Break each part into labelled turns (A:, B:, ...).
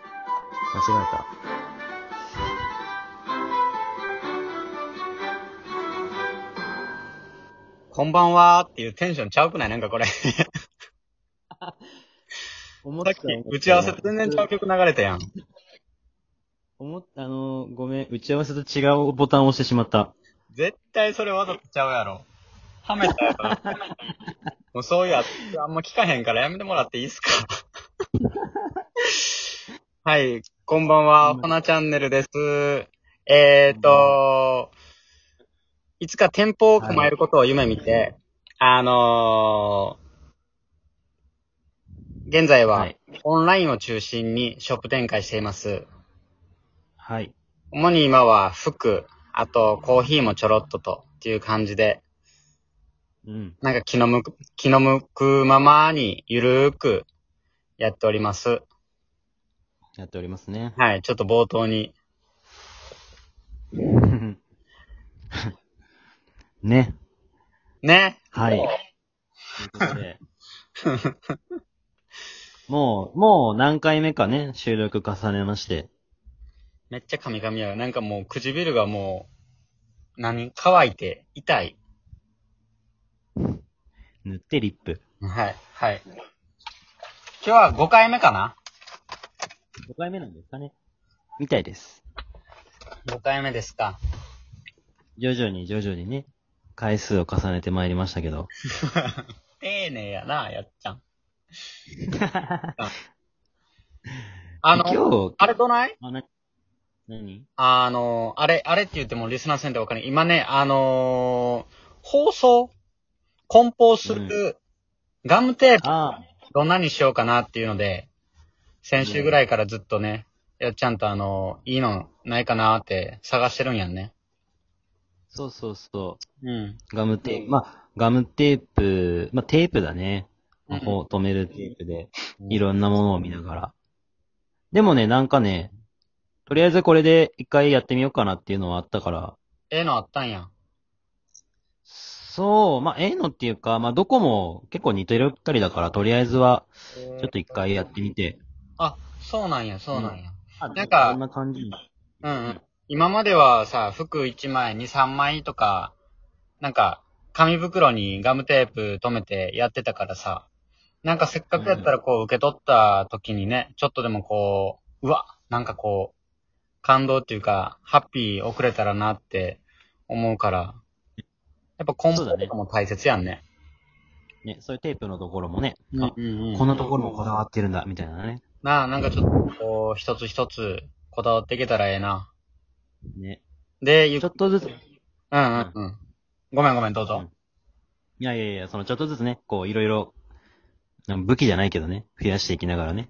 A: 間違えた。
B: こんばんはーっていうテンションちゃうくないなんかこれ。さ
A: 思
B: っき打ち合わせと全然ちゃう曲流れたやん。
A: 思った、あのー、ごめん、打ち合わせと違うボタンを押してしまった。
B: 絶対それわざとちゃうやろ。はめたやろ。もうそういうやつあんま聞かへんからやめてもらっていいっすかはい、こんばんは、ほなチャンネルです。えーと、いつか店舗を構えることを夢見て、あのー、現在は
A: はい。
B: オンラインを中心にショップ展開しています。
A: はい。
B: 主に今は服、あとコーヒーもちょろっととっていう感じで、
A: うん。
B: なんか気の向く、気の向くままにゆるーくやっております。。
A: やっておりますね
B: はい、ちょっと冒頭に。
A: ね。
B: ね。
A: はい。ということで もう、もう何回目かね、収録重ねまして。
B: めっちゃ噛み噛みやよ。なんかもう唇がもう、何乾いて、痛い。
A: 塗ってリップ。
B: はい、はい。今日は5回目かな
A: 5回目なんですかね。みたいです。
B: ?5 回目ですか。
A: 徐々に徐々にね、回数を重ねてまいりましたけど。
B: 丁寧やな、やっちゃ ん。あの、
A: 今日、
B: あれどない
A: あ、な、何
B: あの、あれ、あれって言ってもリスナーさんってわかんない。今ね、あのー放送、梱包する、ガムテープ、
A: あ
B: どんなにしようかなっていうので、先週ぐらいからずっとね、やっちゃんとあのいいのないかなって探してるんやんね。
A: そうそうそ
B: うん。
A: う。ガムテープ、まあ、ガムテープ、まあ、テープだね。まあ
B: うん
A: こう止めるテープで、
B: うん
A: いろんなものを見ながら。でもね、なんかね、とりあえずこれで一回やってみようかなっていうのはあったから、
B: ええのあったんや。
A: そう、まあ、ええのっていうか、まあ、どこも結構似てるったりだから、とりあえずは、
B: ちょ
A: ちょっと一。回やってみて。
B: あ、そうなんや、そうなんや。なんか
A: こんな感じ。
B: うん、うん。今まではさ、服1枚、2、3枚とか、なんか、紙袋にガムテープ止めてやってたからさ、なんかせっかくやったらこう受け取った時にね、ちょっとでもこう、うわ、なんかこう、感動っていうか、ハッピー遅れたらなって思うから、やっぱ梱包とかも大切やんね。
A: ね、そういうテープのところもね、
B: う
A: あ
B: んうんうん
A: こんなところもこだわってるんだ、みたいなね。
B: なあ、なんかちょっとこう、一つ一つこだわっていけたらええな。
A: ね。
B: で、ゆ
A: ちょっとずつ、い
B: うんうんうん。ごめんごめん、どうぞ。
A: やいやいや、そのちょっとずつね、こういろいろ、なんか武器じゃないけどね、増やしていきながらね。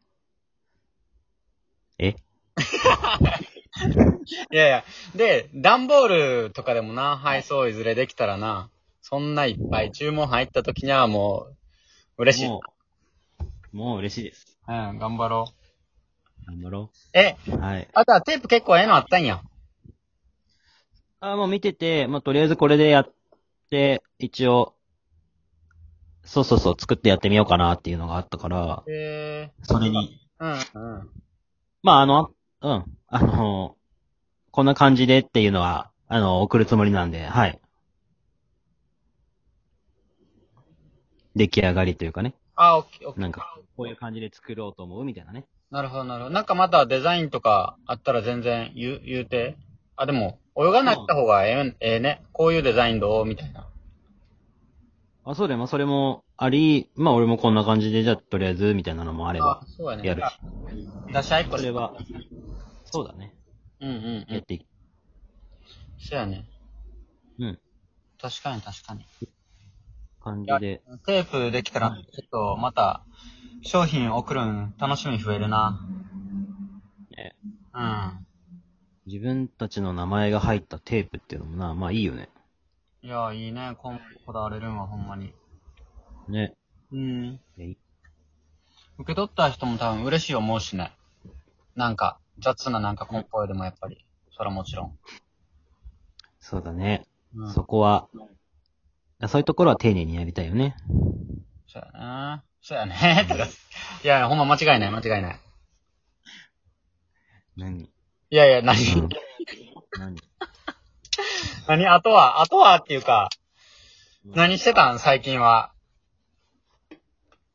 A: え
B: いやいや。で、段ボールとかでもな、配送いずれできたらな、そんないっぱい注文入った時にはもう、嬉しい。うん
A: も、う、もう嬉しいです。
B: 頑張ろう。
A: 頑張ろ
B: え、
A: う。はい。
B: あとはテープ結構ええのあったんや。
A: あ、もう見てて、まあ、とりあえずこれでやって、一応、そうそうそう、作ってやってみようかなっていうのがあったから、
B: へえ
A: それに
B: うんうん。
A: まあ、あの、うん。あの、こんな感じでっていうのは、あの、送るつもりなんで、はい。出来上がりというかね。
B: あ、オッケー、オッケー。
A: なんか、こういう感じで作ろうと思うみたいなね。
B: なるほど、なるほど。なんかまたデザインとかあったら全然言う、言うて。あ、でも、泳がなかった方がええん、ええね。こういうデザインどうみたいな。
A: あ、そうだよ。まあ、それもあり、まあ、俺もこんな感じで、じゃあ、とりあえず、みたいなのもあれ
B: あ
A: ば、、
B: そうやね。
A: やるし。
B: 出し合いっこ
A: そ
B: し
A: れ
B: よう
A: は、そうだね。
B: うんうんう
A: やっ
B: ん。
A: てい
B: そうやね。
A: く。うん。
B: 確かに確かに。
A: 感じで。
B: テープできたら、ちょっとまた、商品送るん楽しみ増えるな。
A: ね
B: う
A: 自分たちの名前が入ったテープっていうのもな、まあ、いいよね。
B: ん。いや、いいね。こんこだわれるんはほんまに。
A: ね。
B: うん。
A: いやいい
B: 受け取った人も多分嬉しい思うしね。なんか、雑ななんか梱包よりもやっぱり、それはもちろん。
A: そうだね。
B: うん。そ
A: そこは、そういうところは丁寧にやりたいよね。
B: うやね。 そうやね。とかいや、ほんま間違いない、間違いない。
A: 何
B: いやいや、何、
A: うん何
B: 何あとは、あとはっていうか、何してたん最近は。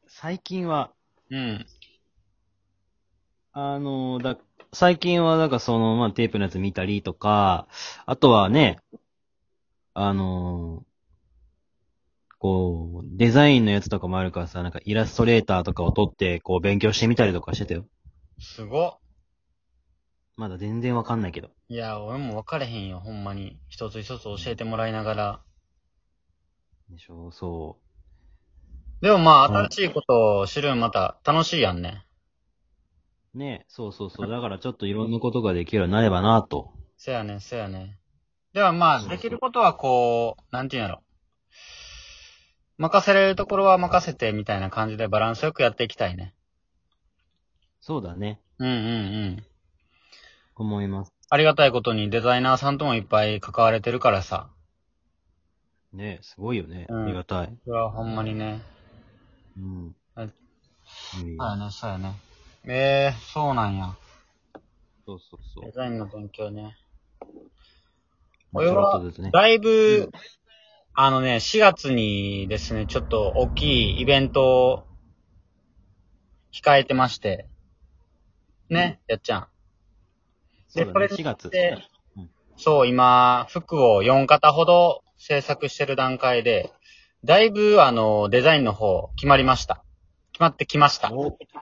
A: 最近は、
B: うん。
A: あの、だ、最近は、なんかその、まあ、テープのやつ見たりとか、あとはね、あの、こう、デザインのやつとかもあるからさ、なんかイラストレーターとかを撮って、こう、勉強してみたりとかしてたよ。
B: すごっ。
A: まだ全然わかんないけど。
B: いや、俺も分かれへんよ、ほんまに。一つ一つ教えてもらいながら。
A: でしょそ
B: でもまあ、
A: うん
B: 新しいことを知るんまた楽しいやんね。
A: う。ねそうそうそう。だからちょっといろんなことができるようになればなと。
B: せやねん、せやねん。ではまあ、
A: そうそう
B: できることはこう、なんていうんやろ。任せれるところは任せて、みたいな感じでバランスよくやっていきたいね。
A: そうだね。
B: うんうんうん。
A: 思います。
B: ありがたいことにデザイナーさんともいっぱい関われてるからさ。
A: ねすごいよね。
B: うん
A: ありがたい。
B: それはほんまにね。
A: うん。
B: は
A: う
B: い
A: ん
B: そうやね、そうやね。ええー、そうなんや。
A: そうそうそ
B: デ
A: う。
B: ザインの勉強ね。
A: まあ
B: 俺
A: ちょろ
B: は
A: っとずつね。
B: だいぶ、あのね、4月にですね、ちょっと大きいイベントを控えてまして、ね、やっちゃん。
A: そう
B: こ
A: だね、
B: れ
A: 4月。
B: でそう、今、服を4型ほど制作してる段階で、だいぶ、あの、デザインの方、決まりました。決まってきました。
A: お決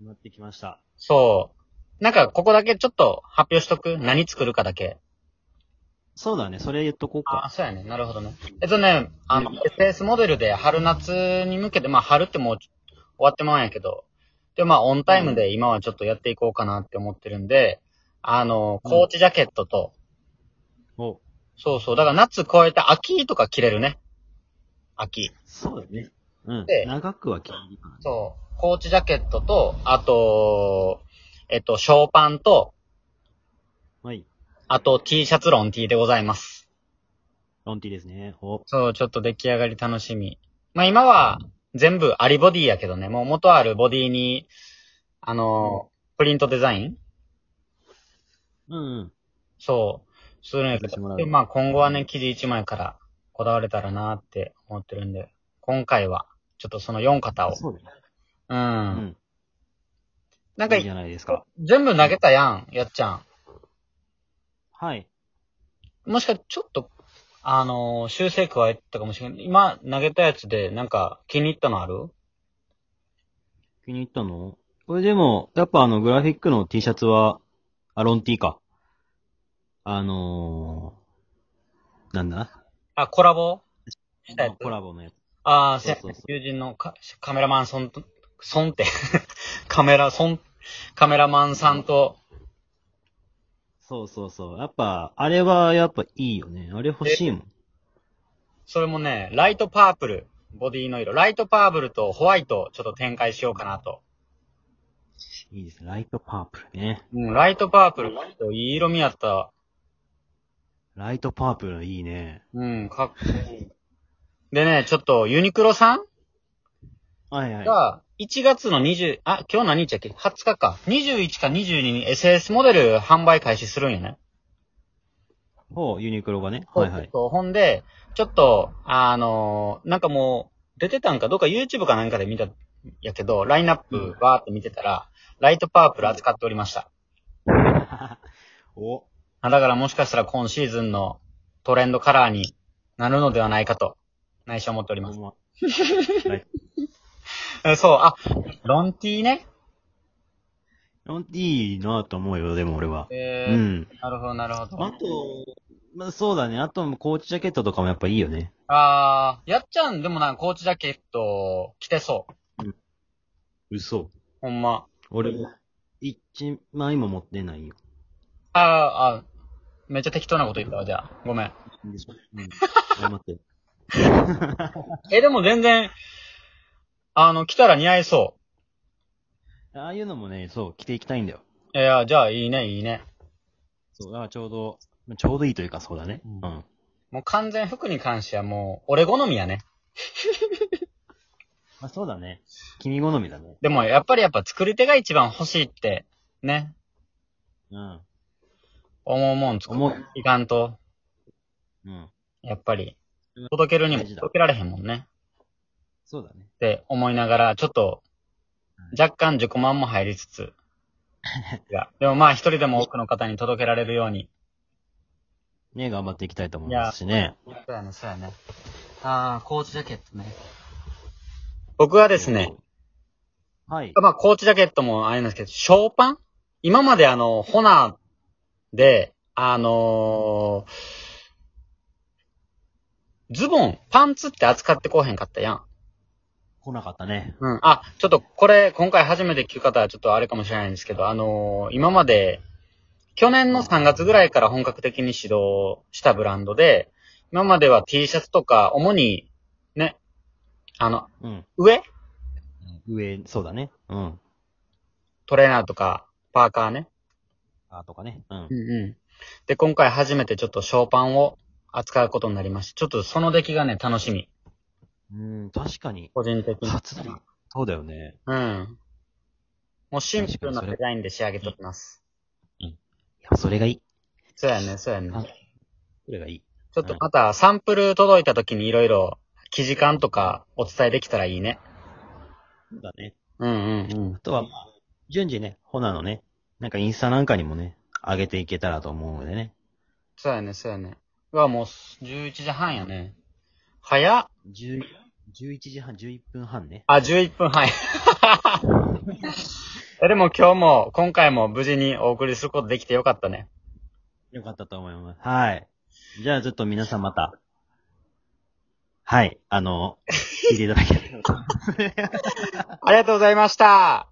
A: まってきました。
B: そう。なんか、ここだけちょっと発表しとく何作るかだけ。
A: そうだね、それ言っとこう
B: あ、
A: か。
B: そうやね。なるほどね。えっとね、あの、SS モデルで春夏に向けて、まあ春ってもう終わってまうんやけど、で、まあオンタイムで今はちょっとやっていこうかなって思ってるんで、あの、
A: うん
B: コーチジャケットと、
A: お
B: そうそう、だから夏超えて秋とか着れるね。秋。
A: そうだね。うん
B: で。
A: 長くは決まりかな。
B: そう、コーチジャケットと、あと、えっと、ショーパンと、
A: はい。
B: あと T シャツロン T でございます。
A: ロンティですね。お
B: そう、ちょっと出来上がり楽しみ。まあ今は全部アリボディやけどね、もう元あるボディに、あの、プリントデザイン
A: うんうん。
B: そう、するんやけ
A: やらせても
B: ど。
A: らう
B: で、まあ今後はね、生地1枚からこだわれたらなって思ってるんで、今回は、ちょっとその4型を。
A: そうだね。
B: うん。
A: う
B: な
A: ん。
B: んか
A: いいじゃないですか。
B: 全部投げたやん、やっちゃ
A: はい。
B: ん。もしかしてちょっと、あのー修正加えたかもしれない。今投げたやつで、なんか気に入ったのある
A: 気に入ったのこれでも、やっぱあの、グラフィックの T シャツは、あ、ロンティか。あのー、なんだ
B: あ、コラボしたやつ
A: コラボのやつ。
B: ああ、せや
A: そうそうそ
B: 友人のカカメラマンソンと、ソンって、 カメラ、ソン、カメラマンさんと、
A: そうそうそう。やっぱ、あれはやっぱいいよね。あれ欲しいもん。
B: それもね、ライトパープル、ボディの色、ライトパープルとホワイトをちょっと展開しようかなと。
A: いいですね。ライトパープルね。
B: うん、ライトパープル、いい色味やった。
A: ライトパープルいいね。
B: うん、かっこいい。でね、ちょっとユニクロさん
A: はいはい。
B: が、1月の20、あ、今日何日やっけ ?20 日か。21か22に SS モデル販売開始するんよね。
A: ほう、ユニクロがね。はいはい。
B: そうそうほんで、ちょっと、あのーなんかもう、出てたんか、どっか YouTube かなんかで見た、やけど、ラインナップバーって見てたら、ライトパープル扱っておりました。
A: お、
B: あだからもしかしたら今シーズンのトレンドカラーになるのではないかと、内緒思っており
A: ほ
B: ます
A: ん。ま。
B: えそう、あ、ロンティーね。
A: いいなと思うよ、でも俺は。う
B: えー
A: ん。
B: なるほど、なるほど。
A: あと、まあ、そうだね。あと、コーチジャケットとかもやっぱいいよね。
B: あー、やっちゃんでもなんかコーチジャケット着てそう。
A: 嘘。
B: ほんま。
A: 俺、一枚も持ってないよ。
B: あー、あー、めっちゃ適当なこと言ったわ、じゃあ。ごめん。
A: でしょうん。謝って。
B: え、でも全然、あの、来たら似合いそ
A: ああいうのもね、そう、着ていきたいんだよ。
B: う。いや、じゃあいいね、いいね。
A: そう、だからちょうど、ちょうどいいというかそうだね。
B: う
A: うんん。
B: もう完全服に関してはもう、俺好みやね。
A: まあそうだね。君好みだね。
B: でもやっぱりやっぱ作り手が一番欲しいって、ね。
A: うん。
B: 思うもん作
A: 思う
B: っていかんと、
A: うん。
B: やっぱり
A: うん、
B: 届けるにも
A: 大事だ
B: 届けられへんもんね。
A: そうだね。
B: って思いながら、ちょっと、若干自己満も入りつ つ、いや、でもまあ一人でも多くの方に届けられるように。
A: ね、頑張っていきたいと思いますしね。
B: そうやね、そうやね。ああ、コーチジャケットね。僕はですね、。
A: はい。
B: まあコーチジャケットもあれなんですけど、ショーパン今まであの、ホナーで、あのーズボン、パンツって扱ってこうへんかったやん。
A: 来なかったね。
B: うん。あ、ちょっとこれ、今回初めて聞く方はちょっとあれかもしれないんですけど、あのー今まで、去年の3月ぐらいから本格的に指導したブランドで、今までは T シャツとか、主に、ね、あの、
A: うん。
B: 上
A: 上、そうだね。うん。
B: トレーナーとか、パーカーね。
A: あとかね。うん
B: うん。うん。で、今回初めてちょっとショーパンを扱うことになりました。ちょっとその出来がね、楽しみ。
A: うん、確かに。
B: 個人的に。
A: 初だな。そうだよね。
B: うん。もうシンプルなデザインで仕上げておきます。
A: いや、それがいい。
B: そうやね、そうやね。
A: あそれがいい。
B: ちょっとまたサンプル届いた時にいろいろ記事感とかお伝えできたらいいね。
A: そうだね。
B: うんうん
A: あとは、まあ、順次ね、ホナのね、なんかインスタなんかにもね、上げていけたらと思うのでね。
B: そうやね、そうやね。うわ、もう11時半やね。早っ。
A: 10 11時半、11分半ね。
B: あ、11分 半や。えでも今日も、今回も無事にお送りすることできてよかったね。
A: よかったと思います。はい。じゃあちょっと皆さんまた。はい。あの、聞いていただければと。
B: ありがとうございました。